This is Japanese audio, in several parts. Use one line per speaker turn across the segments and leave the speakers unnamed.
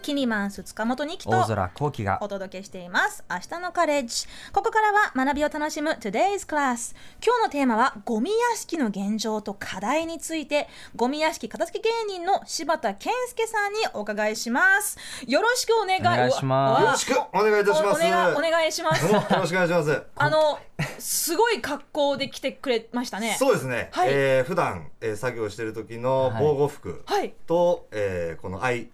キニマンス塚本にき
大
と
空幸輝が
お届けしています明日のカレッジここからは学びを楽しむ Today's Class 今日のテーマはゴミ屋敷の現状と課題についてゴミ屋敷片付け芸人の柴田健介さんにお伺いしますよろしくお願い
お願いしま
う
す
わ
よ
ろしくお願いいたします。
おお願いお願いします
どうもよろしくお願いします。
あのすごい格好で来てくれましたね
そうですね。
はい
えー普段、えー作業してる時
は
の
い
防護服
はい
と、えーこのアイ
ゴ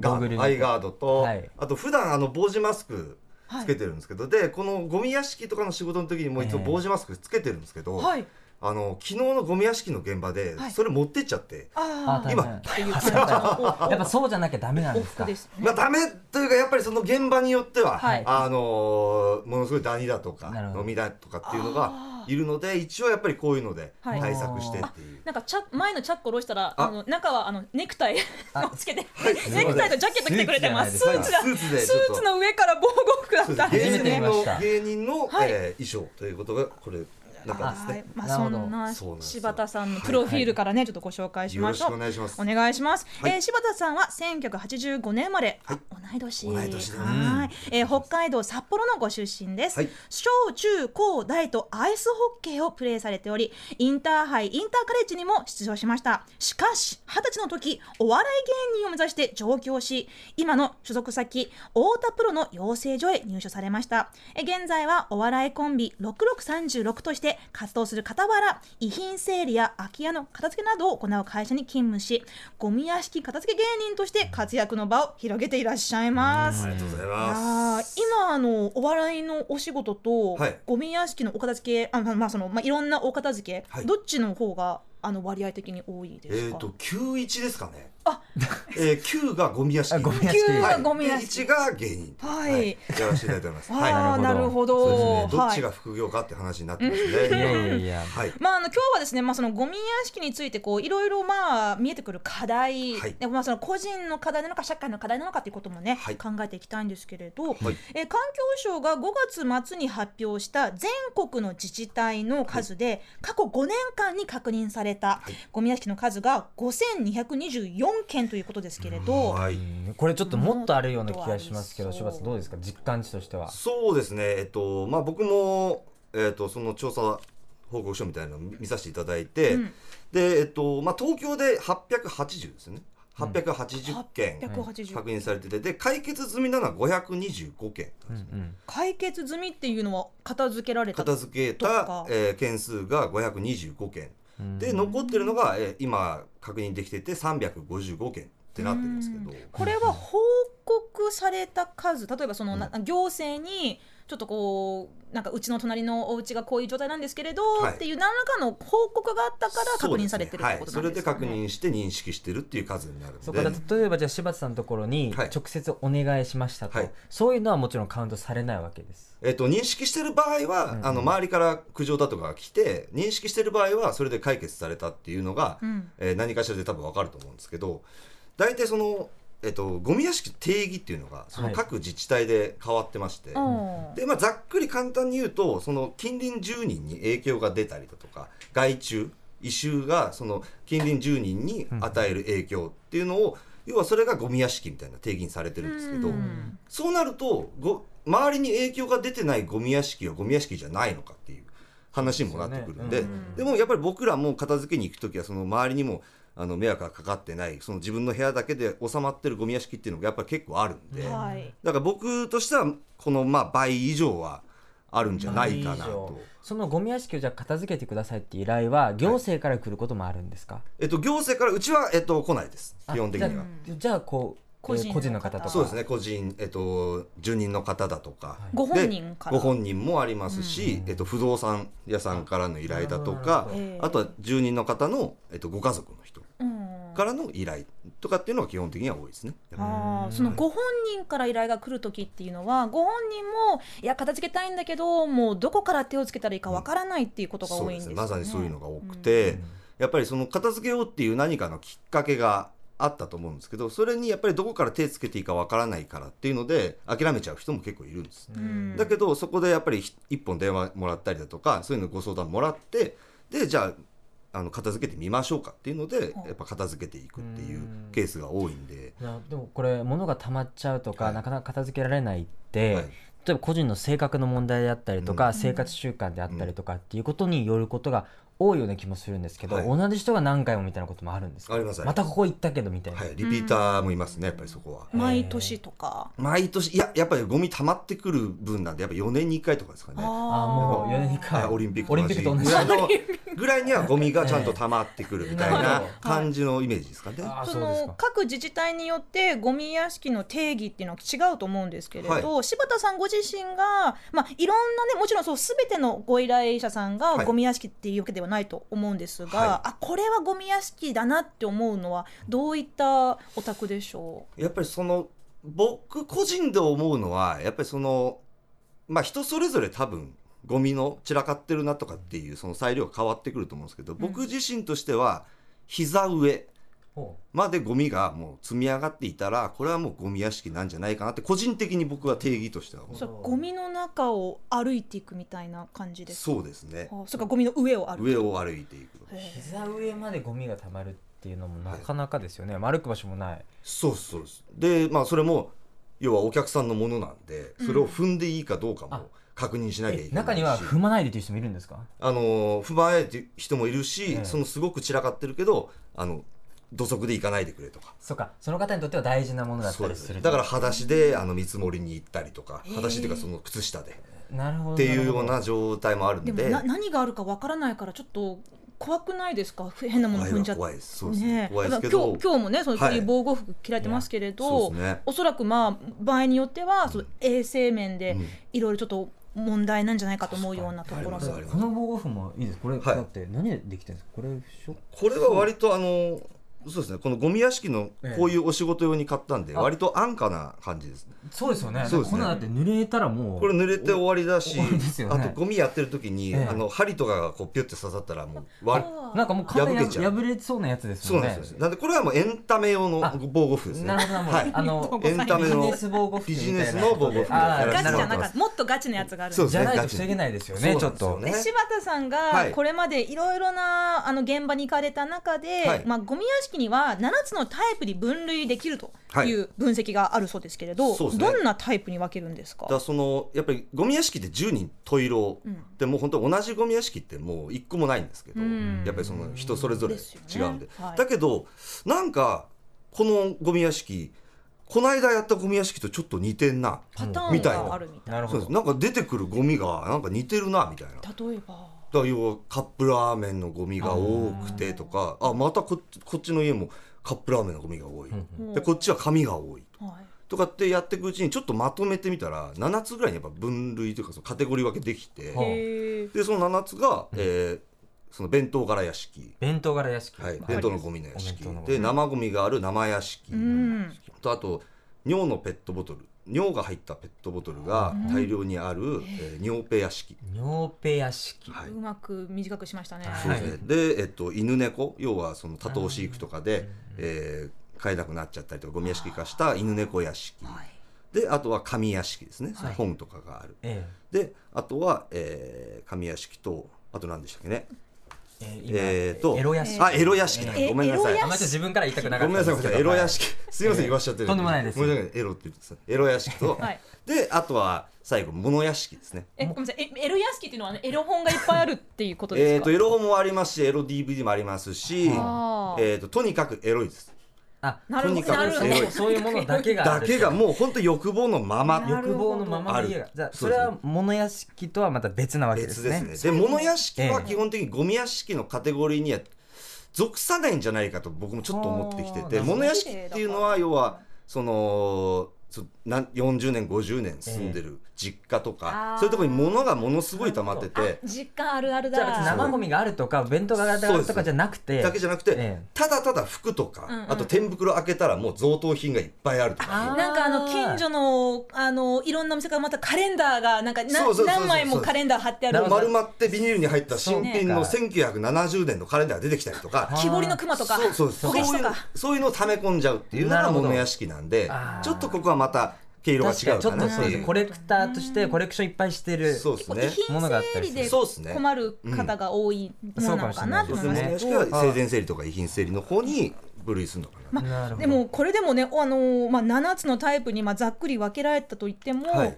ガ
ーグ
ー
ル
ド、
の
アイガードと、
はい
あと普段あの防止マスク
は
つ
い
けてるんですけど、でこのゴミ屋敷とかの仕事の時にもいつも
ええ
防止マスクつけてるんですけど、
はい
あの昨日のゴミ屋敷の現場で
はい
それ持ってっちゃって、
あー
あ
今
っていう感じの
やっぱそうじゃなきゃダメなん
往
です
復
か
です
まあダメというかやっぱりその現場によっては、
はい
あのーものすごいダニだとか
なるほど
飲みだとかっていうの
あ
がいるので一応やっぱりこういうので
はい
対策してっていう。
なんかチャ前のチャック下ろしたら
あ
あの中はあのネクタイをつけて ネクタイとジャケット着てくれてますス
ス
ー
ー
ツ
ツ
じ
だ
ゃないですかスーツで
ス
ちょっと
ーツの上から防護服だったん
そ
で
うです
芸
ね
初めて見ま
人の
した
芸人の、
はい
えー衣装ということがこれ中です
はい
ね。
まあ
なる
そ
ほど
んな
そうなんですよ
柴田さんのプロフィールからねちょっとご紹介し
よ
ま
ろ
し
し
ょ
くお
う
願いします。
お願いします、
はい
えー柴田さんは1985年生まれ、あ同い年
同い年だ
はい、えー北海道札幌のご出身です、
はい
小中高大とアイスホッケーをプレーされておりインターハイインターカレッジにも出場しましたしかし二十歳の時お笑い芸人を目指して上京し今の所属先太田プロの養成所へ入所されましたえー現在はお笑いコンビ6636として活動する傍ら遺品整理や空き家の片付けなどを行う会社に勤務しゴミ屋敷片付け芸人として活躍の場を広げていらっしゃいます
ありがとうござい
あ
ま
ー
す。
今あのお笑いのお仕事と、
はい
ゴミ屋敷のお片付けあまあまあそのまあいろんなお片付け、
はい
どっちの方があの割合的に多いで
え
す
ー
か。
と九一ですかね。
あ、
えー九がゴミ屋
あ
敷。
ゴミ屋敷
九
は
が
い
ゴミ屋
で
敷。
一が芸人。
はい
やらせていただいております。はい。
ああーな
な
る
る
ほ
ほ
ど。
そうですね。どっち
は
が
い。
副業かって話になってますね。
いやいやいや
はい。
まあ、あの今日はですね、まあ、そのゴミ屋敷についてこういろいろまあ見えてくる課題、
はい
でまあ、その個人の課題なのか社会の課題なのかということもね、
はい
考えていきたいんですけれど、
はい
えー環境省が5月末に発表した全国の自治体の数で過去5年間に確認された
はい
ゴミ屋敷の数が5224件ということですけれど、
は
う
い。
んこれちょっともっとあるような気がしますけ
も
ど
っとありそう
柴田さんどうですか実感値としては
そうですね。えっとまあ僕もえっとその調査報告書みたいなのを見させていただいて、
うん
でえっとまあ東京で八百八十ですね。八百八十件。
880
確認されててで解決済みなのは
う
525件なんですね、
ん
解決済みっていうのは片付けられた
片付け
そったか、
えー件数が525件
うん
で残ってるのが、えー今確認できてて355件ってなってるんですけど
これは報告された数例えばその、な行政にちょっとこうなんかうちの隣のお家がこういう状態なんですけれど、
はい
っていう何らかの報告があったから確認されてるってことな
そ
んで
う
す
です
か
ね
ね。
はい、それで確認して認識してるっていう数になるの
そう
で
かだから例えばじゃあ柴田さんのところに
はい
直接お願いしましたと、
はい
そういうのはもちろんカウントされないわけです
えっと認識してる場合は、
うん
あの周りから苦情だとかが来て認識してる場合はそれで解決されたっていうのが、
うん
えー何かしらで多分わかると思うんですけど大体その、えっとゴミ屋敷定義っていうのがその
はい
各自治体で変わってまして、
うん
でまあ、ざっくり簡単に言うとその近隣住人に影響が出たりだとか害虫異臭がその近隣住人に与える影響っていうのを、要はそれがゴミ屋敷みたいな定義にされてるんですけど、
うん
そうなるとご周りに影響が出てないゴミ屋敷はゴミ屋敷じゃないのかっていう話にもなってくるん
そうで
でで,、
すよねうん
もやっぱり僕らも片付けに行く時はその周りにもあの迷惑がかかってないその自分の部屋だけで収まってるゴミ屋敷っていうのがやっぱり結構あるんで、
はい
だから僕としてはこのまあ倍以上はあるんじゃないかなと。
そのゴミ屋敷をじゃあ片付けてくださいって依頼は行政から来ることもあるんですか、
えっと、行政からうちは、えっと、来ないです
あ
基本的に
じゃ
は
あ。じゃあこう
個
個
人
人,、
の
個人の方
方
とか
そうですね個人、えっと、住人の方だとか、
ご本人から
ご本人もありますし、えっと、不動産屋さんからの依頼だと
な
か
るほどなるほど
ええ
あとは住人の方の、えっと、ご家族の人
うん
からの依頼とかっていうのが基本的には多いですね。
あーそのご本人から依頼が来る時っていうのはご本人もいや片付けたいんだけどもうどこから手をつけたらいいかわからないっていうことが
そう
多いんです
で
す
ね
よね。
まさにそういうのが多くて、
うん
やっぱりその片付けようっていう何かのきっかけがあったと思うんですけどそれにやっぱりどこから手つけていいかわからないからっていうので諦めちゃう人も結構いるんです、
うん
だけどそこでやっぱりひ一本電話もらったりだとかそういうのご相談もらってでじゃああの片付けてみましょうかっていうので
ほう
やっぱ片付けていくっていううんケースが多いんで、
いやでもこれ物が溜まっちゃうとか、
はい
なかなか片付けられないって、
はい
例えば個人の性格の問題であったりとか、
うん
生活習慣であったりとかっていうことによることが多いような気もするんですけど、
はい
同じ人が何回もみたいなこともあるんですか
ありますあ
ま
ります
たここ行ったけどみたいな、
はい、リピーターもいますねやっぱりそこは。
毎年とか。
毎年いややっぱりゴミ溜まってくる分なんでやっぱ4年に1回とかですかね。
ああもう4年に1
はい
回
オリンピック
オリンピックと同じ
ぐらいのぐらいにはゴミがちゃんと溜まってくるみたい
なる
な
ほど
感じのイメージですかね。
ああ
そ
そうです
の
か
各自治体によってゴミ屋敷の定義っていうのは違うと思うんですけれど、柴田さんご自身が、まあ、いろんなねもちろんそう全てのご依頼者さんが
はい
ゴミ屋敷っていうわけではないと思うんですが、
は
あこれはゴミ屋敷だなって思うのはどういったお宅でしょ
やっぱりその僕個人で思うのはやっぱりそのまあ人それぞれ多分ゴミの散らかってるなとかっていうその裁量が変わってくると思うんですけど僕自身としては膝上
ほ
までゴミがもう積み上がっていたらこれはもうゴミ屋敷なんじゃないかなって個人的に僕は定義としては
う
思う
そうゴミの中を歩いていくみたいな感じですか
そうですね
あそうかゴミの上を歩く
上を歩いて
へ
いく
う
え
膝上までゴミが溜まるっていうのもなかなかですよね、歩く場所もない
そうですそうですでまあそれも要はお客さんのものなんでそれを踏んでいいかどうか
あ
も確認しなきゃいけないし、
え中には踏まないでっていう人もいるんですか
あの不満えっていう人もいるし、
ええ
そのすごく散らかってるけどあの土足で行かないでくれとか
そうかその方にとっては大事なものだっ
そ
た
う
り
ですす
る
ね
と
だから裸足であの見積もりに行ったりとか
ええ
裸足っていうかその靴下で
なるほど
っていうよう
なる
な状態もあるん
で
で
もな何があるかわからないからちょっと怖くないですか変なもの
怖
踏ん
いは
じゃって
怖いですそうですね
ね
怖いですけ
だから
ど
今日今日もねその
はい
首防護服着られてますけれど、
そうですね
おそらくまあ場合によってはその衛生面で
うん
いろいろちょっと問題なんじゃないかと思うようなところ
確か
も
にあり
ほどこの防護服もいいですこれ、
はい
だって何でできてるんですかこれ不織
これは割とあのそうですねこのゴミ屋敷のこういうお仕事用に買ったんで
あ
割と安価な感じです
そうですよね。
そうです
こ
ね
んなのだって濡れたらもう。
これ濡れて終わりだし
お終わりですよ
あ
ね
とゴミやってる時に
ええ
あの針とかがこうピュッて刺さったらもう割
なんかもう完全に
破けちゃう
破れそうなやつです
そう
よ
なん
ね。
ですよ。なんでこれはもうエンタメ用の
あ
防護服ですね。
なるほど、もう、
はい。
あの、
エンタメ
ビ ジ
の
ネス防護服みたいな
ビジネスの防護服
あー
やら
ガチ
せ
じ
てもら
ゃ
って
な
ま
かっ
す
たもっとガチのやつがあるん
そう
で
です
じゃないと
ガチ
防げないですよ
そう
ね、
なん
ち
です
ょ
よ
っと。
ね
で柴田さんが
はい
これまでいろいろなあの現場に行かれた中で、
はい
まあ、ゴミ屋敷には7つのタイプに分類できるという分析があるそうですけれど、
そうですね
どんなタイプに分けるんですか
だからそのやっぱりゴミ屋敷って10人十色
うん
でもう本当同じゴミ屋敷ってもう一個もないんですけど、
うん
やっぱりその人それぞれ
ですよ
違
ね
うんで
はい
だけどなんかこのゴミ屋敷この間やったゴミ屋敷とちょっと似てんな
パタ
みたい
ーンが
な
あるみたい
なる
そ
ほ
うです
ど。
なんか出てくるゴミがなんか似てるなみたいな
な例えば
だから要はカップラーメンのゴミが多くてとかあまたこっちこっちの家もカップラーメンのゴミが多い、
うん
うん
でこっちは紙が多い
はい
とかってやっていくうちにちょっとまとめてみたら7つぐらいにやっぱ分類というかそのカテゴリー分けできて、
はあ
へー
でその7つが、えーその弁当柄屋敷、
弁当柄屋敷。
はい
ま、あ
弁当のゴミの屋
お弁
敷
当のゴミ
で生ゴミがある生屋敷、
うん、
とあと尿のペットボトル尿が入ったペットボトルが大量にある、えー尿ペ屋敷、
尿ペ屋敷。
はいう
まく短くしましたね。
はい
そうですね、で、えっと、犬猫要はその多頭飼育とかで、えー飼えなくなっちゃったりとかゴミ屋敷化した犬猫屋敷
はい
であとは紙屋敷ですね、
はい
本とかがある
え
であとは、えー紙屋敷とあと何でしたっけね
ええ
え
え
ーと
エロ屋敷。
あエロ屋敷だ
え
ごめんなさい
エロ屋敷
あんまりちょっと自分から言いたくなか
ご
っ
めん
た
なさい
ですけ
ごめんなさ
ど。
いエロ屋敷すみませ
え
ん
ー
言わしちゃってる
とんでもないです
ごめんなさいエロって言ってたエロ屋敷と、
はい
であとは最後物屋敷ですね
え、ごめんなさい。えエロ屋敷っていうのは、ね、エロ本がいっぱいあるっていうこと
え
です
っ、と
か。
エロ本もありますしエロ DVD もありますし
あー
えー、ととにかくエロいです
あ、
なるほど
とにかく
なるほど
エロい
そういうものだけがあ
だ
る。
けがもう本当欲望のまま
なるほど
欲望のままの家
あ
が
る。
じゃあ、それは物屋敷とはまた別なわけで
別
す
で
ね。
すね。で物屋敷は
ええ
基本的にゴミ屋敷のカテゴリーには属さないんじゃないかと僕もちょっと思ってきて
あ
て
ー
物屋敷っていうのは要はそのそなん40年50年住んでる実家と
あ
か、
ー
そういうところに物がものすごい溜まってて
あ実感あるある
じゃあ別に
だ。
生ゴミがあるとか弁当があるとかじゃなくて
だけじゃなくて、
ええ
ただただ服とか、
うんうん
あと天袋開けたらもう贈答品がいっぱいあると
あ
か。
なんかあの近所のあのいろんなお店からまたカレンダーがなんかな
そうそうそうそう
何枚もカレンダー貼ってあ
な
る
るほど
丸まってビニールに入った新品の
そう
1970年のカレンダーが出てきたりとか
あー
木彫りの熊とか
そうそうそう
こけし
そ
と
ういう
か
そういうのを溜め込んじゃうっていうの
なる
が
ほど
物屋敷なんで
あー
ちょっとここはまた毛色が違
確か
う
にちょ
か
っと
なっ
そうです
てい
ね
う
コレクターとしてコレクションいっぱいしてる
そうです
こう
ね
遺品
ものがあった
整
りす
理
る
で
そうですね
困る方が多いものなのかなと
そう
思
で
い
す
ます
ね
け
も
ど
しくは生前整理とか遺品整理の方に分類するのかな、
なるほ
で
ど
もこれでもね、あのーまあ、7つのタイプにまあざっくり分けられたといっても、
は
重な
い
る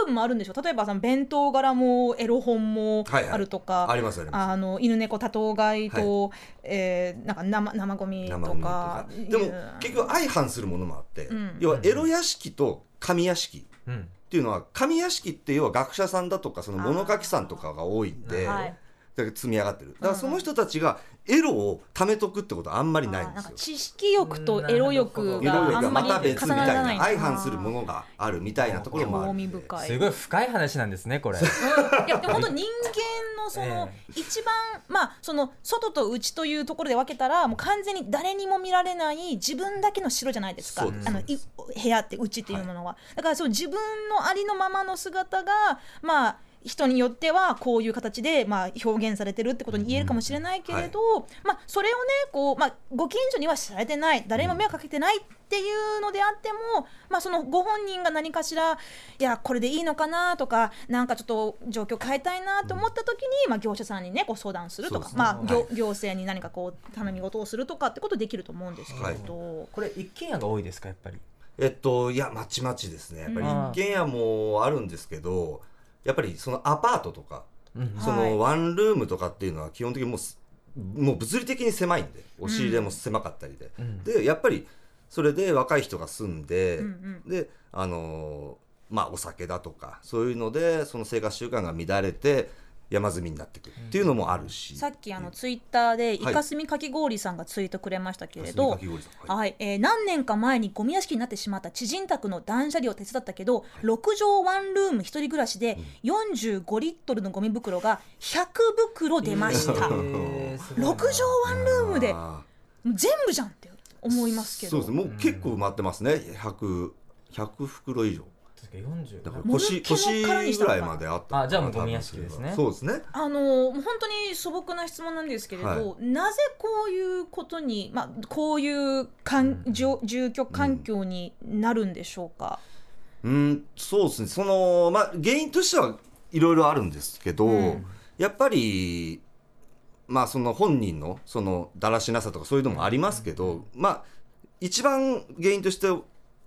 部分もあるんでしょ例えばその弁当柄もエロ本も
はいはい
あるとか、
ありますあります
あの犬猫多頭飼いと、えーなんか生生ゴミと
生ゴミと
か
かで
い
も
や
結局相反するものもあって、
うん
要はエロ屋敷と紙屋敷っ
うん
ていうのは紙屋敷って要は学者さんだとかその物書きさんとかが多いんで、
はい
だから積み上がってるだからその人たちがエロを貯めとくってことはあんまりない
あー
んで
なん
す
か
よ。
知識欲とエロ欲
エロ
が
欲
あ
が
んま
ま
り
た別
重
み
な
たい
らない
な相反する
の
ものがあるみたいなところもある
興
んで
味深い
すごい深い話なんですねこれ
いやでも本当人間のその
え
一番まあその外と内というところで分けたらもう完全に誰にも見られない自分だけの城じゃないですか
そうです
あのい部屋って内っていうものは、だからそう自分のありのままの姿がまあ人によってはこういう形でまあ表現されてるってことに言えるかもしれないけれど、まあそれをねこうまあご近所には知られてない誰にも迷惑かけてないっていうのであっても、まあそのご本人が何かしらいやこれでいいのかなとかなんかちょっと状況変えたいなと思った時に、まあ業者さんにねこう相談するとか、
そうですね
まあ行
は
行政に何かこう頼み事をするとかってことできると思うんですけれど。
これ一軒家が多いですかやっぱり
えっといやまちまちですねやっぱり
うん
一軒家もあるんですけどやっぱりそのアパートとか
うん
そ
はい
のワンルームとかっていうのは基本的にもうすもう物理的に狭いんで押し入れも狭かったりで、
うん
でやっぱりそれで若い人が住んで、
うんうん
であのーまあお酒だとかそういうのでその生活習慣が乱れて山積みになってくるっていうのもあるし、
さっきあのツイッターでイ
はい
カスミかき氷さんがツイートくれましたけれ
霞
ど、
ヶ関氷さんはい
はいえー何年か前にゴミ屋敷になってしまった知人宅の断捨離を手伝ったけど、6畳ワンルーム一人暮らしで45リットルのゴミ袋が100袋出ました、
え
6
ーすごいな
畳ワンルームで
あー
全部じゃんって思いますけ
そう
ど
ですねもう結構埋まってますね100 100袋以上
確か40
だから
もぬ
腰
けの殻に
腰
したの
ぐ
から
いまであったのかな
あじゃあもう
多分
ゴミ屋敷ですね
そうですね
あのもう本当に素朴な質問なんですけれど、
は
なぜこういうことに、まあ、こういうかん、
うん
住住居環境になるんでしょうか、
うん、そうですね。その、まあ、原因としてはいろいろあるんですけど、
うん
やっぱり、まあ、その本人の、その、だらしなさとかそういうのもありますけど、まあ、一番原因として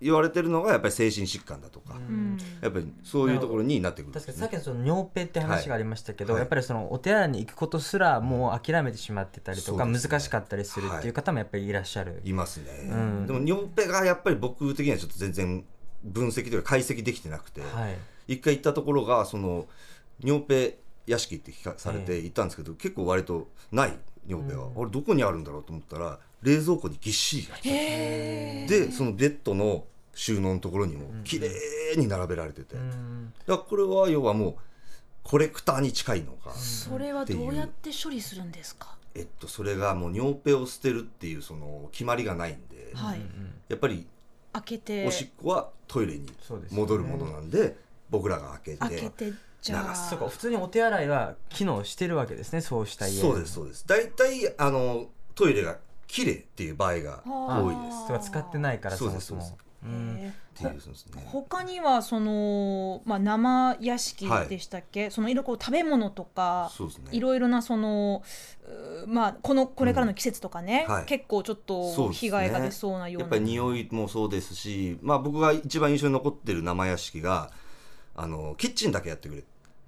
言われてるのが、やっぱり精神疾患だとか、
うん
うん
やっぱりそういうところになってくるんで
確
す
か
ね、
にさっきのその尿ペって話がありましたけど、
はい
やっぱりそのお手洗いに行くことすらもう諦めてしまってたりとか、
そうですね
難しかったりするっていう方もやっぱりいらっしゃる、
いますね、
うん
でも尿ペがやっぱり僕的にはちょっと全然分析というか解析できてなくて、
はい
一回行ったところがその尿ペ屋敷って聞かされて行ったんですけど、結構割とない尿ペは、あれどこにあるんだろうと思ったら冷蔵庫にぎっしりあってでそのベッドの収納のところにも綺麗に並べられてて、
う
だか
ん
らこれは要はもうコレクターに近いのか、
それはどうやって処理するんですか。
えっと、それがもう尿ペを捨てるっていうその決まりがないんで、
はい、
やっぱり
開けて。
おしっこはトイレに戻るものなんで僕らが開けて
開けて、じゃあ。
流す
そうか普通にお手洗いは機能してるわけですねそうした家
そうですそうです大体あのトイレが綺麗っていう場合が多いで
あ
人が使ってないからそ
そう
も
です
そも
そう
うん
へ
すっていうそうです
ー
ね
他にはその、まあ、生屋敷でしたっけ、そのいろいろこう食べ物とか
そうですね
いろいろなその、うーまあ、このこれからの季節とかね、
うんはい
結構ちょっ
そう
と
ですね
被害が出そうなような
やっぱり匂いもそうですしまあ僕が一番印象に残ってる生屋敷があのキッチンだけやってくれっ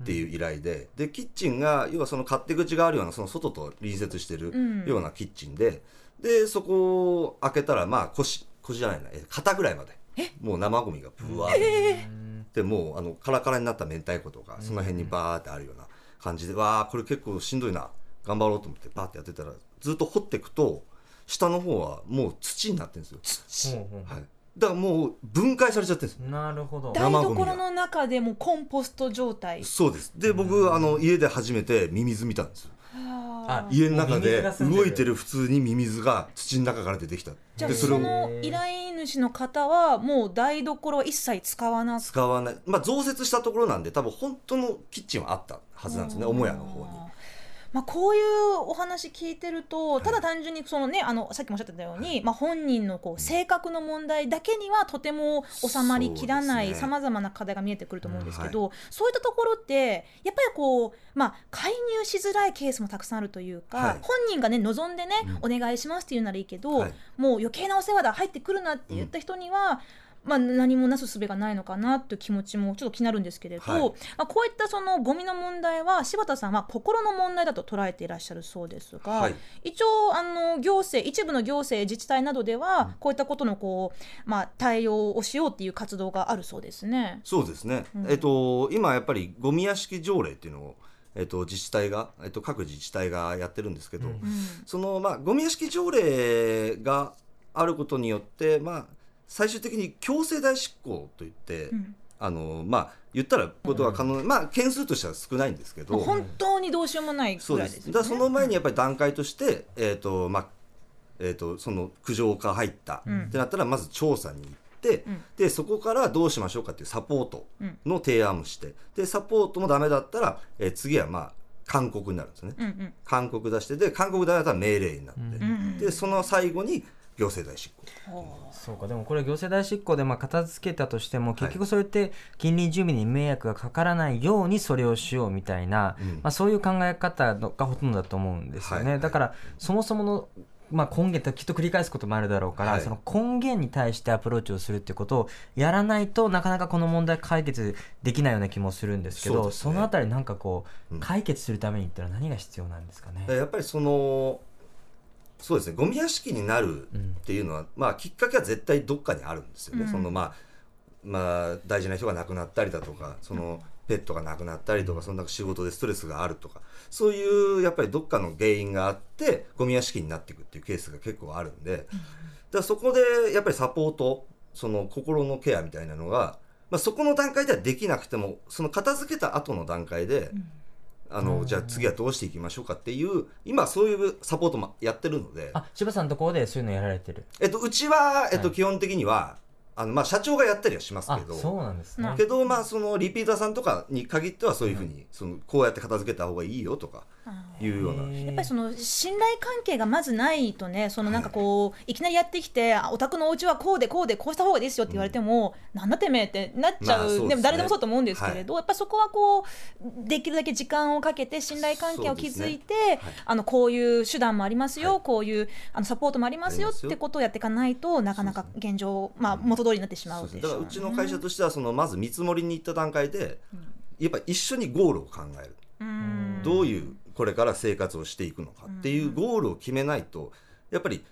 ていう依頼で、でキッチンが要はその勝手口があるようなその外と隣接して
うん
るようなキッチンで、でそこを開けたらまあ腰腰じゃないなえ肩ぐらいまでもう生ゴミがぶわーってでもうあのカラカラになった明太子とかその辺にバーってあるような感じで、わあこれ結構しんどいな頑張ろうと思ってバーってやってたらずっと掘っていくと下の方はもう土になってるんですよ、
ほうほ
はい、だからもう分解されちゃってるんですよ
うなるほど
台所の中でもコンポスト状態
そうですで僕あの家で初めてミミズ見たんですよ
あー
家の
ミ
中
ミズ
で
が住んでる
動いてる普通にミミズが土の中から出てきた
じゃあ
でそれ
そ
を
の依頼主の方はもう台所は一切使わなく
使わないまあ増設したところなんで多分本当のキッチンはあったはずなんですね母屋の方に
まあ、こういうお話聞いてるとただ単純にその、ね、あのさっきもおっしゃってたように、まあ、本人のこう性格の問題だけにはとても収まりきらな
そう
い
ですね
さまざまな課題が見えてくると思うんですけど、そういったところってやっぱりこう、まあ、介入しづらいケースもたくさんあるというか、
はい
本人が、ね、望んでね、お願いしますっていうならいいけど、
はい
もう余計なお世話だ入ってくるなって言った人には、まあ、何もなすすべがないのかなという気持ちもちょっと気になるんですけれど、
はい
まあ、こういったそのゴミの問題は柴田さんは心の問題だと捉えていらっしゃるそうですが、
はい
一応あの行政一部の行政自治体などではこういったことのこう、まあ、対応をしようっていう活動があるそうですね。
そうですね、えっと、今やっぱりゴミ屋敷条例っていうのを、えっと、自治体が、えっと、各自治体がやってるんですけど、その、まあ、ゴミ屋敷条例があることによって、まあ、最終的に強制代執行といって、
ん
あのまあ、言ったらことは可能、まあ、件数としては少ないんですけど、
まあ本当にどうしようもない
そ
ぐ
う
ら
で
い
す
です
だか
よ
らそ
ね。
の前にやっぱり段階として、えーとまあえー、とその苦情が入った、
ん
ってなったらまず調査に行って、
うん
でそこからどうしましょうかっていうサポート
うん
の提案をして、でサポートもダメだったら、えー次はまあ勧告になるんですね
うんうん
勧告出してで勧告だったら命令になって、
うんうん
でその最後に行政代執行
は
そうかでもこれ行政代執行でまあ片付けたとしても結局それって近隣住民に迷惑がかからないようにそれをしようみたいな、
うん
まあ、そういう考え方のがほとんどだと思うんですよね、
はいはい
だからそもそもの、まあ、根源ってきっと繰り返すこともあるだろうから、
はい
その根源に対してアプローチをするってことをやらないとなかなかこの問題解決できないような気もするんですけど
そう
そ
ですね
のあたりなんかこう、
うん
解決するためにってのは何が必要なんですかね。
やっぱりそのそうですねゴミ屋敷になるっていうのは、まあ、きっかけは絶対どっかにあるんですよ
う
ね。
ん
そのまあまあ、大事な人が亡くなったりだとかそのペットが亡くなったりとかそんな仕事でストレスがあるとかそういうやっぱりどっかの原因があってゴミ屋敷になっていくっていうケースが結構あるんで、だからそこでやっぱりサポートその心のケアみたいなのが、まあ、そこの段階ではできなくてもその片付けた後の段階で、あのじゃあ次はどうしていきましょうかっていう今そういうサポートもやってるので。
あ柴田さんのところでそういうのやられてる
えっと、うちは、えっと、
はい
基本的には、あのまあ、社長がやったりはします
あ
け
そう
ど
なんですね
な。
けど、まあ、そのリピーターさんとかに限ってはそういうふうに、そのこうやって片付けた方がいいよとか
あ
いうような。
やっぱりその信頼関係がまずないとね、そのなんかこう、いきなりやってきて、あお宅のお家はこうでこうで、こうした方がいいですよって言われても、なんだてめえってなっちゃ
まあ
う、
そ
で
うですね
も誰でもそうと思うんですけれど、やっぱそこはこう、できるだけ時間をかけて、信頼関係を築いて、
はい
あのこういう手段もありますよ、
は
こういうあのサポートもありますよ
あり
っ
ますよ
てことをやっていかないとなかなか現状、まあ、元通りになってしま
そううです
で
ね
しょ
だからうちの会社としてはそのまず見積もりに行った段階で、やっぱ一緒にゴールを考える、
うん
どういうこれから生活をしていくのかっていうゴールを決めないとやっぱり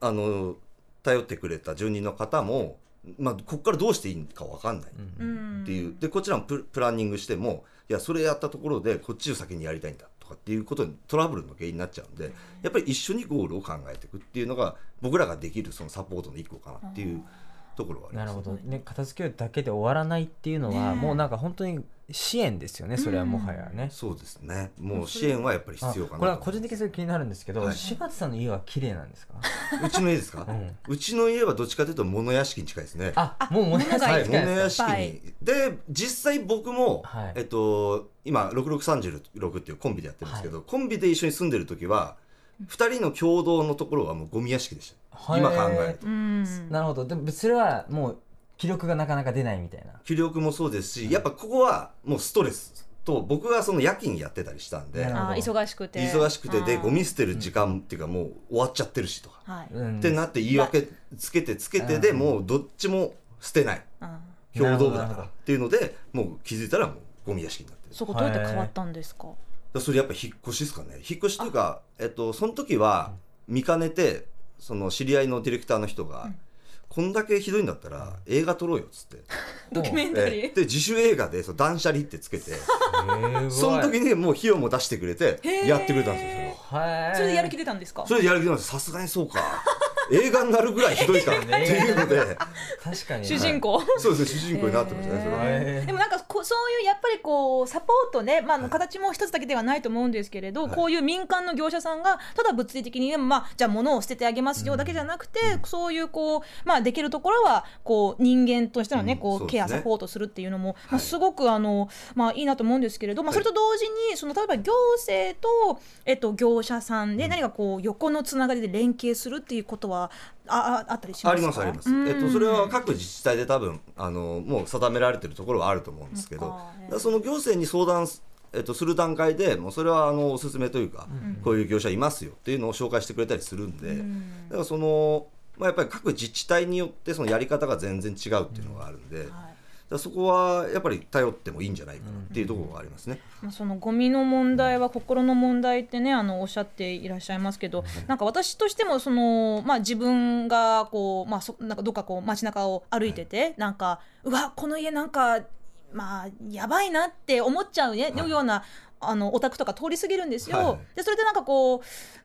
あの頼ってくれた住人の方も、まあ、ここからどうしていいのか分かんない、
うん
っていうでこちらもププランニングしてもいやそれやったところでこっちを先にやりたいんだとかっていうことにトラブルの原因になっちゃうんでやっぱり一緒にゴールを考えていくっていうのが僕らができるそのサポートの一個かなっていうところはあり
な
ま
る
す
ほど、ね、片付けるだけで終わらないっていうのは、
ねえ
もうなんか本当に支援ですよねそれはもはやね、
そうですねもう支援はやっぱり必要
あ
かな
これは個人的にすごい気になるんですけど、
はい
柴田さんの家は綺麗なんですか
うちの家ですか、
うん
うちの家はどっちかというと物屋敷に近いですね
あもう物屋敷
は、
ないん
物
で
屋
す
敷に。で、実際僕も、
はい
えっと、今、6636っていうコンビでやってるんですけど、コンビで一緒に住んでる時は、二人の共同のところはもうゴミ屋敷でした。
へー
今考えると。
うん
なるほどでもそれはもう気力がなかなか出ないみたいな
気力もそうですし、やっぱここはもうストレスと、僕はその夜勤やってたりしたんで
な、る
あー忙しくて
忙しくて、で、ゴ
ミ
ミ捨てる時間っていうかもう終わっちゃってるしとか。
はい、
うん
ってなって言い訳つけてつけてで
うん
もうどっちも捨てない。
うん
共同部
な
だ
る
か
ほど
らっていうので、もう気づいたらもうゴミ屋敷になってる。
そこどうやって変わったんですか。
だからそれやっぱ引っ越しですかね引っ越しというかえっとその時は見かねてその知り合いのディレクターの人が、こんだけひどいんだったら映画撮ろうよっつ って、
ドキュメンタリ
え
ー
え。で自主映画でその断捨離ってつけて
おす
そ
ごい
の時にもう費用も出してくれて
へー
やってくれたんですよ
はい
それでやる気出たんですか
そ。れでやる気なんですさすがにそうか映画になるぐらいひどいかっていうので
確かに
主人公。
そうですね主人公になってましたねそれは
へー
でもなんかここうそういうやっぱりこうサポートね、まああの、形も一つだけではないと思うんですけれど、こういう民間の業者さんがただ物理的にでも、まあ、じゃあ物を捨ててあげますよだけじゃなくて、そういうこう、まあ、できるところはこう人間としての、ね
うん
こ
そううです
ケ
ね
アサポートするっていうのも、ま
は
あ、
い
すごくあの、まあ、いいなと思うんですけれど、まあ、それと同時にその例えば行政と、えっと、業者さんで何かこう横のつながりで連携するっていうことはあああったりしますか
ありますあります、えっと、それは各自治体で多分あのもう定められてるところはあると思うんですけど
そっか
だからその行政に相談す,、えっと、する段階でもうそれはあのおすすめというか、こういう業者いますよっていうのを紹介してくれたりするんで、だからその、まあ、やっぱり各自治体によってそのやり方が全然違うっていうのがあるんで、だか
はい
らそこはやっぱり頼ってもいいんじゃないかなっていうところがありますね。
まあそのゴミの問題は心の問題ってねあのおっしゃっていらっしゃいますけど、なんか私としてもその、まあ、自分がこう、まあ、そなんかどっかこう街中を歩いてて、なんかうわこの家なんかまあやばいなって思っちゃうね、ようなあのお宅とか通り過ぎるんですよ。
はいはい
でそれでなんかこう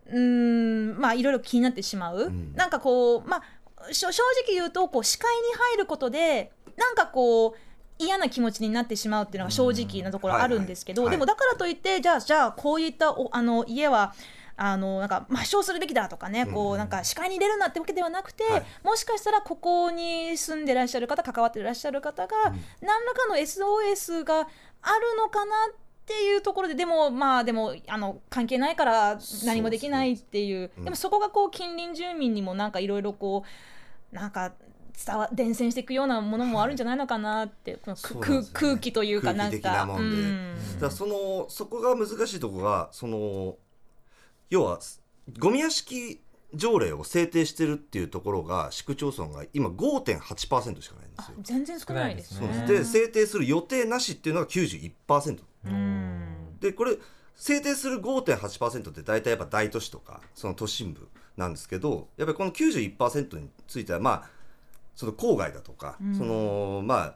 うーんまあいろいろ気になってしまう、
ん
なんかこうまあしょ正直言うとこう視界に入ることでなんかこう嫌な気持ちになってしまうっていうのが正直なところあるんですけど、
うんは
で
いはい
もだからといってじゃあじゃあこういったおあの家はあのなんか抹消するべきだとかね、こうなんか視界に入れるなってわけではなくて、
はい
もしかしたらここに住んでらっしゃる方関わってらっしゃる方が、何らかの SOS があるのかなっていうところででもまあでもあの関係ないから何もできないっていうで
うん
もそこがこう近隣住民にもなんかいろいろこうなんか伝わ伝染していくようなものもあるんじゃないのかなって、このく
そうなんですよね
空気というかなん
空
か
気的なもんで
うん
だからそのそこが難しいところがその要はゴミ屋敷条例を制定してるっていうところが市区町村が今5.8%しかないんです
あ
よ。
全然少ないです
そう
ね。
ですで制定する予定なしっていうのが91%
うん
でこれ制定する5.8%って大体やっぱ大都市とかその都心部なんですけどやっぱりこの91%についてはまあその郊外だとか、
うん
そのまあ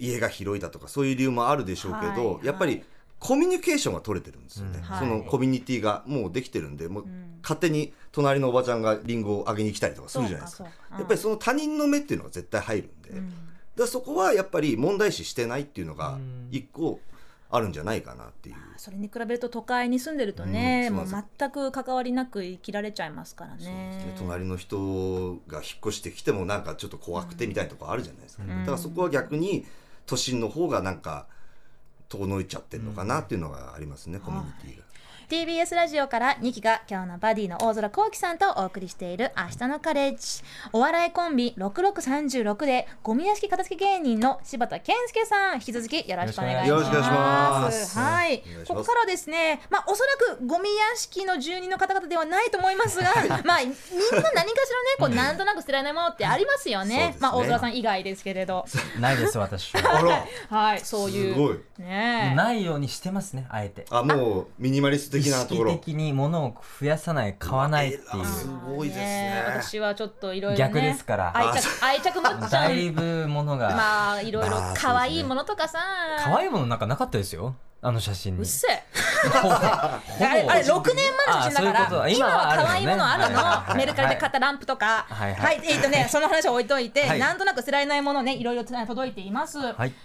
家が広いだとかそういう理由もあるでしょうけど、
はいはい
やっぱりコミュニケーションが取れてるんですよね、
うん
はい
そのコミュニティがもうできてるんでもう
うん
勝手に隣のおばちゃんがリンゴをあげに来たりとかするじゃないですか
そうそう
やっぱりその他人の目っていうのが絶対入るんで、
うんうん
だからそこはやっぱり問題視してないっていうの
う
が
ん
一個あるんじゃないかなっていう。
それに比べると都会に住んでるとね、
うん
も
そううなん
全く関わりなく生きられちゃいますから
そうです
ね
ね。隣の人が引っ越してきてもなんかちょっと怖くてみたいなとこあるじゃないですか、だからそこは逆に都心の方がなんか遠のいちゃってるのかなっていうのがありますね、コミュニティが。
TBS ラジオから2期が今日のバディの大空幸輝さんとお送りしている「明日のカレッジ」お笑いコンビ6636でゴミ屋敷片付け芸人の柴田健介さん引き続きよろしくお願いします。
よろしくお願いします
はい
お願いします
ここからはですね、まあ、おそらくゴミ屋敷の住人の方々ではないと思いますが、 まあ、みんな何かしらねこうなんとなく捨てられないものってありますよ
そう
ね
で。すね
まあ、大空さん以外ですけれど、
ないです私は
あら
はい、そういう。
すごい
ねえ
ないようにしてますねあえて
あもうミニマリスト
意
的なとこ
識
ろ
的に物を増やさない買わないっていう
えらすごいですね
え私はちょっといろいろね
逆ですから
愛着愛着持っちゃ
だ
う
いぶ物が
まあいろいろ
まあ
可愛いものとかさ
可愛
い
いものなんかなかったですよあの写真
う
に
っせえ
ほぼ
あれあれ6年前の写真だか
あそういうこ
ら今
と今
は
はあるよね
可愛いものある
はいはいは
の
い
メルカリで買ったランプとかは
はいいはい
えっとねその話は置いといて
はい
なんとなく捨てられないものねいろいろ届いています
い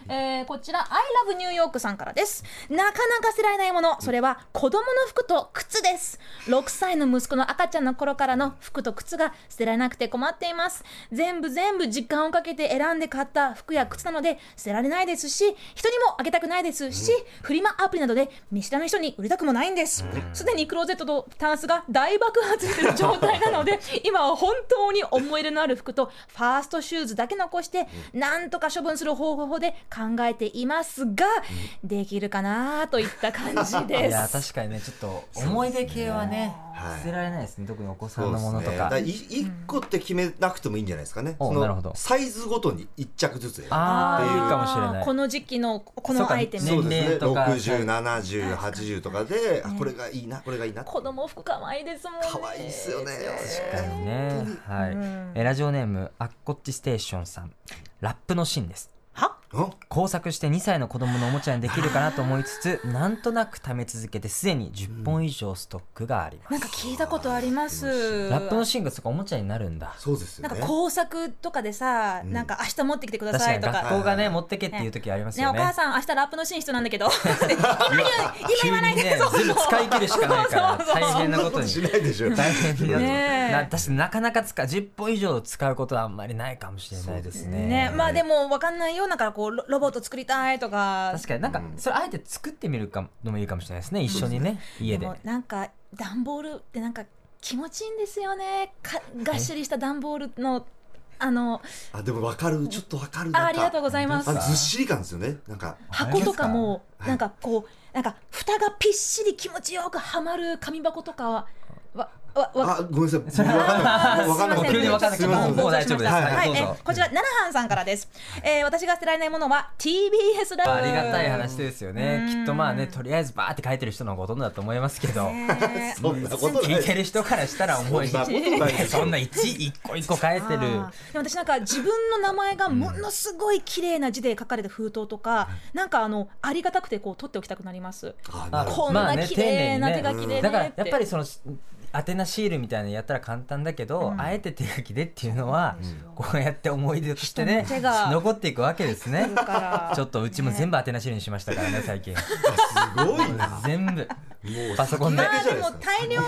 えーこちら I love ニューヨークさんからですなかなか捨てられないものそれは子供の服と靴です6歳の息子の赤ちゃんの頃からの服と靴が捨てられなくて困っています全部全部時間をかけて選んで買った服や靴なので捨てられないですし人にもあげたくないですし、フリマアプリなどで見知らぬ人に売りたくもないんですすで、にクローゼットとタンスが大爆発している状態なので 今は本当に思い入れのある服とファーストシューズだけ残してなんとか処分する方法で考えていますができるかなといった感じ
い
で
や
す。
確かにねちょっと思い出系はね
はい
捨てられないですね特にお子さ
そ
ん
うで
のもの
すね
と
だか
から
い一個って決めなくてもいいんじゃないですかね、
お
その
なるほど
サイズごとに一着ずつ選ぶ
あ
って
あ
いう
いいかもしれない
この時期のこ
そう
の
か
アイテム、
ね
そうですね
年齢とか
607080とかで、あこれがいいなこれがいいなって
子供服可愛いですもんね。
可愛いですよね
確かにねはいえラジオネームアッコッチステーションさんラップのシーンです
は？
あ
工作して2歳の子供のおもちゃにできるかなと思いつつなんとなく貯め続けてすでに10本以上ストックがあります、
なんか聞いたことあります。
ラップのシーンがそこおもちゃになるんだ
そうですよ
なん
ね
か工作とかでさ、
ん
なんか明日持ってきてくだ
確
さ
か
い
に
と
学
か。
校がね
はい
持ってけっていう時あります
ね、
よ
お
ね
母さん明日ラップのシーン必要なんだけ ど
急にね全部使い切るしかないから
そうそうそう
大変なことに
しないでしょ
大変だと思う
ねえ
な確かになかなか使う10本以上使うことはあんまりないかもしれないですね
ねまあでも分かんないよなんかこうロロボット作りたいとか
確かになんかそれあえて作ってみるかものもいいかもしれないですね一緒にね家で
もなんか段ボールってなんか気持ちいいんですよねかがっしりした段ボールのあの
あでもわかるちょっとわかるなんか
あありがとうございます
あずっしり感ですよねなんか
箱とかも
はい
なんかこうなんか蓋がぴっしり気持ちよくはまる紙箱とかはわわわ
あごめんなさい僕わかんないわかん
すいま
なかった
せん
急にわかんなくて
すいません
もう大丈夫です
はい
はい、
どうぞ
えーこちら奈良藩さんからです、えー私が捨てられないものは TBS ラジオ
ありがたい話ですよね
うん
きっとまあねとりあえずバーって書いてる人のほとんどだと思いますけど
ね
そんなことない
聞いてる人からしたら重い
そんなことないです
そんな一一個一個変えて
あ
る
ーでも私なんか自分の名前がものすごい綺麗な字で書かれた封筒とか、なんかあのありがたくてこう取っておきたくなります。
あな
あ
るほど
こん
まあ
な
ね
綺麗な
丁寧
手書
にね
きでね
だからや
て
っぱりその宛名シールみたいなのやったら簡単だけど、あえて手書きでっていうのは、こうやって思い出としてね
人の手が
残っていくわけですね
だから
ちょっとうちも全部宛名シールにしましたからね最近
すごいなも
全部
う
パソコン
ま
だ
先
あ
け
駆け
で
じゃな
も
いですか
大量にね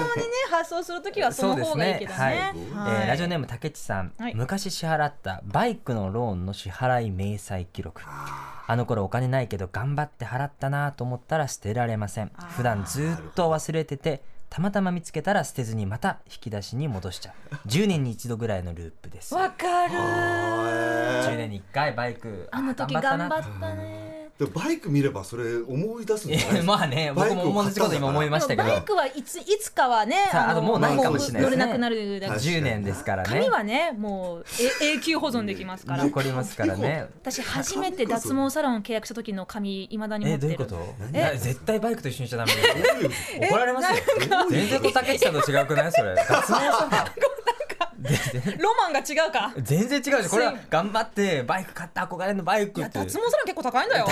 発送するときはその方がいいけどね。
そうです
ね
は
はい
えーラジオネームたけちさん、
はい
昔支払ったバイクのローンの支払い明細記録あの頃お金ないけど頑張って払ったなと思ったら捨てられません
あー
普段ずっと忘れててたまたま見つけたら捨てずにまた引き出しに戻しちゃう10年に一度ぐらいのループです
わかる
10年に1回バイク
あの時
あ
頑張
な
ったね。
でもバイク見ればそれ思い出すんじゃないで
え
すか
まあね僕も同じこと今思いましたけど
でもバイクはいついつかはね
さああのもうないかもしれないですね
乗れなくなるだけ
はい
10年ですからね
紙はねもうえ永久保存できますから
残りますからね
私初めて脱毛サロン契約した時の紙いまだに持
え
って
どう
る
いうこと
何
いや絶対バイクと一緒にしちゃダメですよ
どういうこ
怒られますよ全然こう竹内さんと違うくない それ 脱毛したか
ロマンが違うか
全然違うしこれは頑張ってバイク買った憧れのバイク
い
っ
や
て
脱毛サロン結構高いんだよ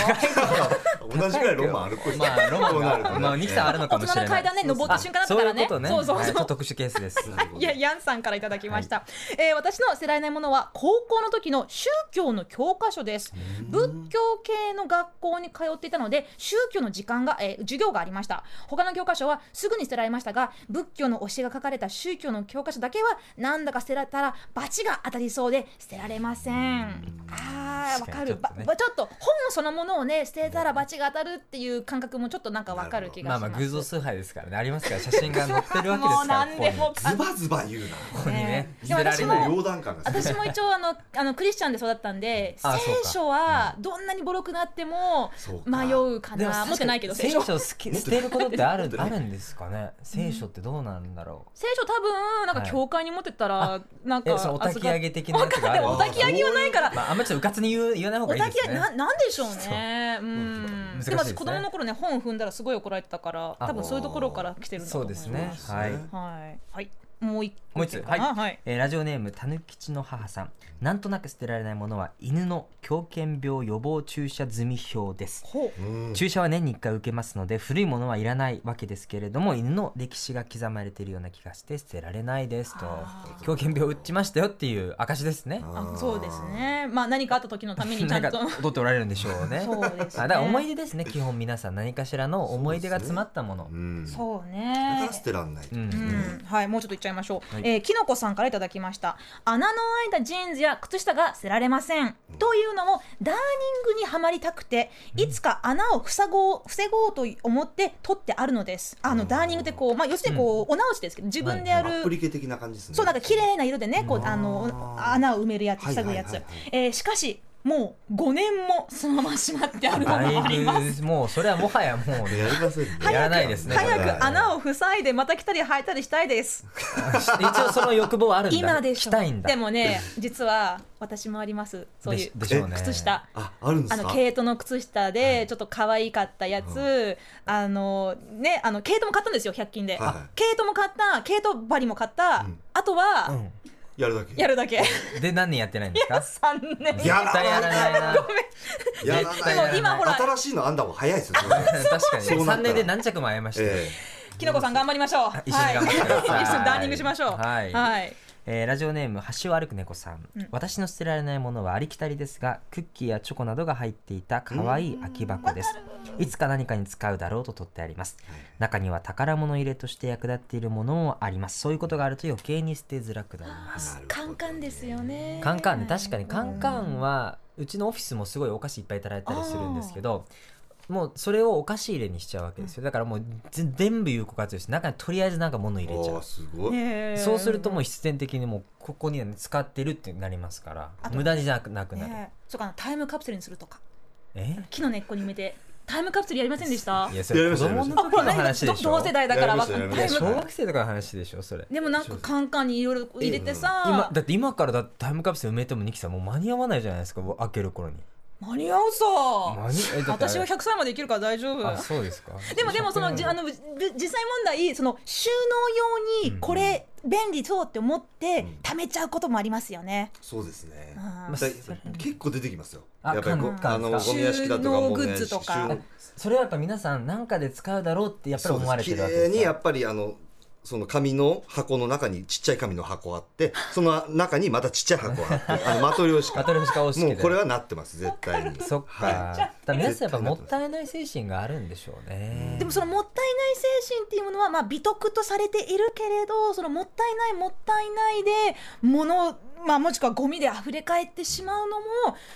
と同じぐらいロマンあるっぽいですね
まあロマン
こうなると
が
ね
まあニキさんあるのか
大
もし
人
れ
の
な
階
い
段ね登った瞬間だった
そう
か
い
ら
うこ
ね
とね
そうそ
は
う
いちょっ
そ
と
う
特殊ケースです
いやヤンさんからいただきました、えー私の世代ないものは高校の時の宗教の教科書です仏教系の学校に通っていたので宗教の時間が、えー授業がありました他の教科書はすぐに捨てられましたが仏教の教えが書かれた宗教の教科書だけはなんだか捨てられたら罰が当たりそうで捨てられませんあーわかる
確かにちょっと
ば
ね
ばちょっと本そのものをね捨てたら罰が当たるっていう感覚もちょっとなんかわかる気
ま
が
あ
し
ま
ま
あ
す
偶像崇拝ですからねありますから写真が載ってるわけで
もう
すから
何でも
こ
か
ズバズバ言うな
こにね
でも
捨てら
私
れ
も
ない
冗談感が
私も一応あの あのクリスチャンで育ったんで
あ
聖
そうか
書はどんなにボロくなっても
そうか
迷うか
でも
な持ってないけど聖
聖
書
書
聖書
好き捨てることってあるあるんですかね聖書ってどうなんだろう
多分なんか教会に持ってったら、なんか
えそのお焚き上げ的なやつがあ
で
る
もお
ん
焚き上げはないから
まああんまちょっとうかつに言う言わない方
お
がいい
焚
で
き上
す
げ
ね
ななんでしょうねうん
難しいです
で
ね
も私子供の頃ね本踏んだらすごい怒られてたから
あ
多分そういうところから来てるんだと
そう
思い
で
ます
すね
そう
は
で
い
すね
はい、はい、もう一個
もう一つ
いけるかな
はい
はい
えーラジオネームたぬきちの母さんなんとなく捨てられないものは犬の狂犬病予防注射済み表です
ほう
うん
注射は年に1回受けますので古いものはいらないわけですけれども犬の歴史が刻まれているような気がして捨てられないですと
あ
狂犬病打ちましたよっていう証ですね
あそうですねまあ何かあった時のためにち
な
ゃ
ん
ん
か
と
取っておられるんでしょうね
そうですね
あだから思い出ですね基本皆さん何かしらの思い出が詰まったもの、
うんだ
そうね
から捨てらんない
うん
うんはい、もうちょっといっちゃいましょう、
はい
えーきのこさんからいただきました穴の開いたジーンズや靴下が捨てられません、というのもダーニングにはまりたくていつか穴を塞ごう防ごうと思って取ってあるのですあのダーニングってこう、まあ、要するにこう、お直しですけど自分でや
ア
る、
ップリケ的な感じですね
そうなんか綺麗な色でねこう
うん
あの穴を埋めるやつ
はい
塞ぐやつ、
はいはいはい
えーしかしもう5年もそのまましまってあるものもあります
だいぶもうそれはもはやもうね
やりませんね
やらないですね
早
これは
く穴を塞いでまた来たり履いたりしたいです
一応その欲望はあるんだ
今でし
し
ょ
たいんだ
でもね実は私もありますそういう
でしでしょうね
靴下
ああるんで
あ
す
の
か
毛糸の靴下でちょっと可愛かったやつ、あのねあの毛糸も買ったんですよ100均で、
はいはい
毛糸も買った毛糸針も買った、
うん
あとは、
うん
やるだけ
やるだけ
で何年やってないんですか
三年
やら
絶対やらないな
やら
絶
な
対
い
やら
でも今ほら
新しいのあんだもん早いですよそれ
確かに
そうなったら
3年で何着も会えましたよ、
え
きのこさん頑張りましょう
一緒に頑張ってくださ
はいい 一緒にダーニングしましょう
はい
はい
えーラジオネーム橋を歩く猫さん、
うん
私の捨てられないものはありきたりですがクッキーやチョコなどが入っていた可愛い空き箱ですいつか何かに使うだろうと取ってあります中には宝物入れとして役立っているものもありますそういうことがあると余計に捨てづらくなりま
え
す
なるほど
カンカンですよね
カンカンね確かにカンカンはうちのオフィスもすごいお菓子いっぱいいただいたりするんですけどもうそれをお菓子入れにしちゃうわけですよだからもうぜ全部有効活用して中にとりあえずなんか物入れちゃ
あ
う
あすごい
ねえ
そうするともう必然的にもうここにはね使ってるってなりますから
あと
無駄になくなくなる
ねえそうかなタイムカプセルにするとか
え
木の根っこに埋めてタイムカプセルやりませんでした
いやそれ子供の時の話でしょ
同世代だから
や
わ
りまし
か
た
ん
やりま
い
タ
や
イム
小学生とかの話でしょそれ
でもなんかカンカンにいろいろ入れて
今
さ
だって今からだタイムカプセル埋めてもニキさんもう間に合わないじゃないですかもう開ける頃に
間に合うさ
間にえだってあれ
私は100歳まで生きるから大丈夫
あそうですか
でもでもそのじあのぶぶ実際問題その収納用にこれ便利そうって思って
うん
貯めちゃうこともありますよね。
そうですね
うん
まあ
だ
それ
結構出てきますよ
あ
やっぱりこ
カンカン
あのゴミ屋敷
収
だとか
納
もうね
グッズとか
収納
それはやっぱ皆さん何かで使うだろうってやっぱり思われてるわけ
そうです綺麗に
です
や
か
っぱりあのその紙の箱の中にちっちゃい紙の箱 あってその中にまたちっちゃい箱あってあのマトリョーシ
当
カ
たり星か
もうこれはなってます絶対に
そっか、
はい
だから皆さんやっぱもったいない精神があるんでしょうね
でもそのもったいない精神っていうものはまあ美徳とされているけれどそのもったいないもったいないで物をまあもしくはゴミで溢れ返ってしまうのも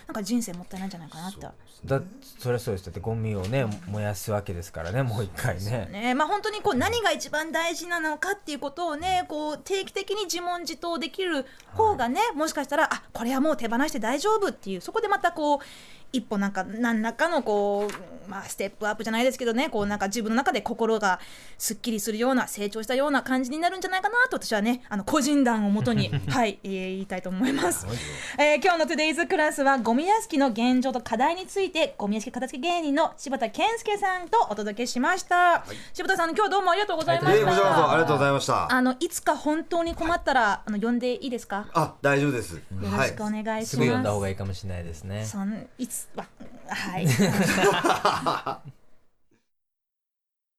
なんか人生もったいないんじゃないかなって
そう
だそれはそうですだってゴミをね燃やすわけですからねもう一回ね
ねまあ、本当にこう何が一番大事なのかっていうことをねこう定期的に自問自答できる方がね、もしかしたらあこれはもう手放して大丈夫っていうそこでまたこう一歩なんか何らかのこう、まあ、ステップアップじゃないですけどねこうなんか自分の中で心がすっきりするような成長したような感じになるんじゃないかなと私はねあの個人談をもと に、はいえー言いたいと思います。えー今日のトゥデイズクラスはゴミ屋敷の現状と課題についてゴミ屋敷片付け芸人の柴田健介さんとお届けしました、柴田さん今日どうもありがとうございま
あ
え
り
し
ー
が
こちらこそ
た
ありがとうございました
あのいつか本当に困ったら、あの呼んでいいですか
あ大丈夫ですよ
よろしくお願いします、
すぐ読んだ方がいいかもしれないですね
そんいつははい